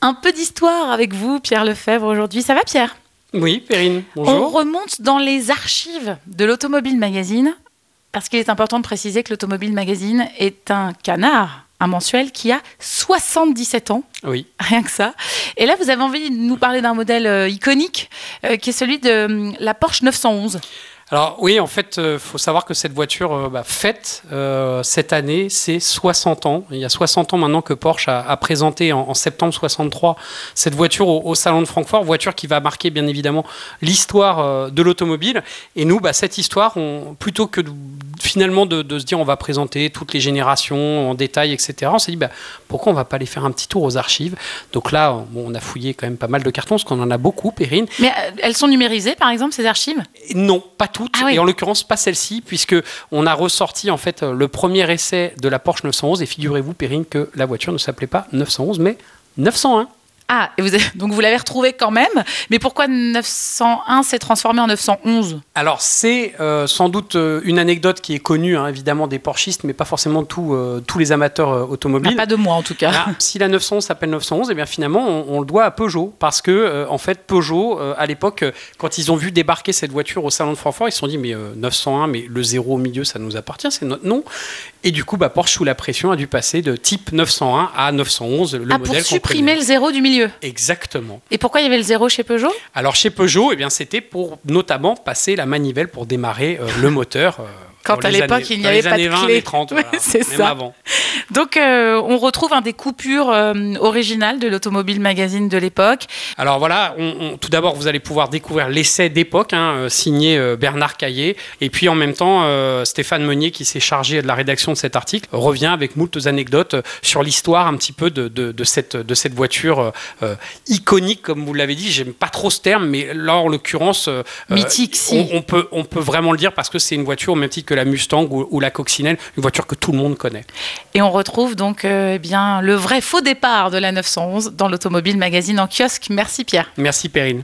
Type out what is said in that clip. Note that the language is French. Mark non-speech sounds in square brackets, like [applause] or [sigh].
Un peu d'histoire avec vous, Pierre Lefebvre, aujourd'hui. Ça va, Pierre Oui, Perrine, bonjour. On remonte dans les archives de l'Automobile Magazine, parce qu'il est important de préciser que l'Automobile Magazine est un canard, un mensuel qui a 77 ans, Oui, rien que ça. Et là, vous avez envie de nous parler d'un modèle euh, iconique, euh, qui est celui de euh, la Porsche 911. alors oui, en fait, il faut savoir que cette voiture euh, bah, fête euh, cette année ses 60 ans. Il y a 60 ans maintenant que Porsche a, a présenté en, en septembre 63 cette voiture au, au Salon de Francfort, voiture qui va marquer bien évidemment l'histoire euh, de l'automobile. Et nous, bah, cette histoire, on, plutôt que de- finalement de, de se dire on va présenter toutes les générations en détail, etc., on s'est dit bah, pourquoi on va pas aller faire un petit tour aux archives. Donc là, on- bon, on a fouillé quand même pas mal de cartons, parce qu'on en a beaucoup, Perrine. Mais euh, elles sont numérisées, par exemple, ces archives Et Non, pas toutes, Ah oui. et en l'occurrence pas celle-ci, puisque on a ressorti en fait le premier essai de la Porsche 911, et figurez-vous, Perrine, que la voiture ne s'appelait pas 911, mais 901. Ah, et vous avez- donc vous l'avez retrouvée quand même, mais pourquoi 901 s'est transformé en 911 Alors c'est euh, sans doute euh, une anecdote qui est connue hein, évidemment des porschistes, mais pas forcément tous, euh, tous les amateurs euh, Bah, automobiles. Pas de moi, en tout cas. Ah, si la 911 s'appelle 911, et bien finalement on, on le doit à Peugeot parce que euh, en fait Peugeot euh, à l'époque euh, quand ils ont vu débarquer cette voiture au salon de Francfort, ils se sont dit mais euh, 901 mais le zéro au milieu ça nous appartient, c'est notre nom. Et du coup bah, Porsche sous la pression a dû passer de type 901 à 911 le Ah, pour modèle qu'on supprimer connaît. le zéro du milieu. Exactement. Et pourquoi il y avait le zéro chez Peugeot Alors chez Peugeot, eh bien c'était pour notamment passer la manivelle pour démarrer euh, le moteur. euh, Quand dans à les l'époque, années- il n'y dans avait les pas de années 20, clé. années [laughs] 30, Ouais, voilà, c'est même ça. avant. Donc euh, on retrouve un des coupures euh, originales de l'Automobile Magazine de l'époque. Alors voilà, on- on- tout d'abord, vous allez pouvoir découvrir l'essai d'époque, hein, euh, signé euh, Bernard Caillé. Et puis en même temps, euh, Stéphane Meunier, qui s'est chargé de la rédaction de cet article, revient avec moultes anecdotes euh, sur l'histoire un petit peu de, de- de cette, de cette voiture euh, euh, iconique, comme vous l'avez dit. J'aime pas trop ce terme, mais là, en l'occurrence, euh, Mythique, si. on, on peut, on peut vraiment le dire parce que c'est une voiture, au même titre que la Mustang ou, ou la Coccinelle, une voiture que tout le monde connaît. Et on retrouve donc euh, eh bien le vrai faux départ de la 911 dans l'Automobile Magazine en kiosque. Merci Pierre. Merci, Perrine.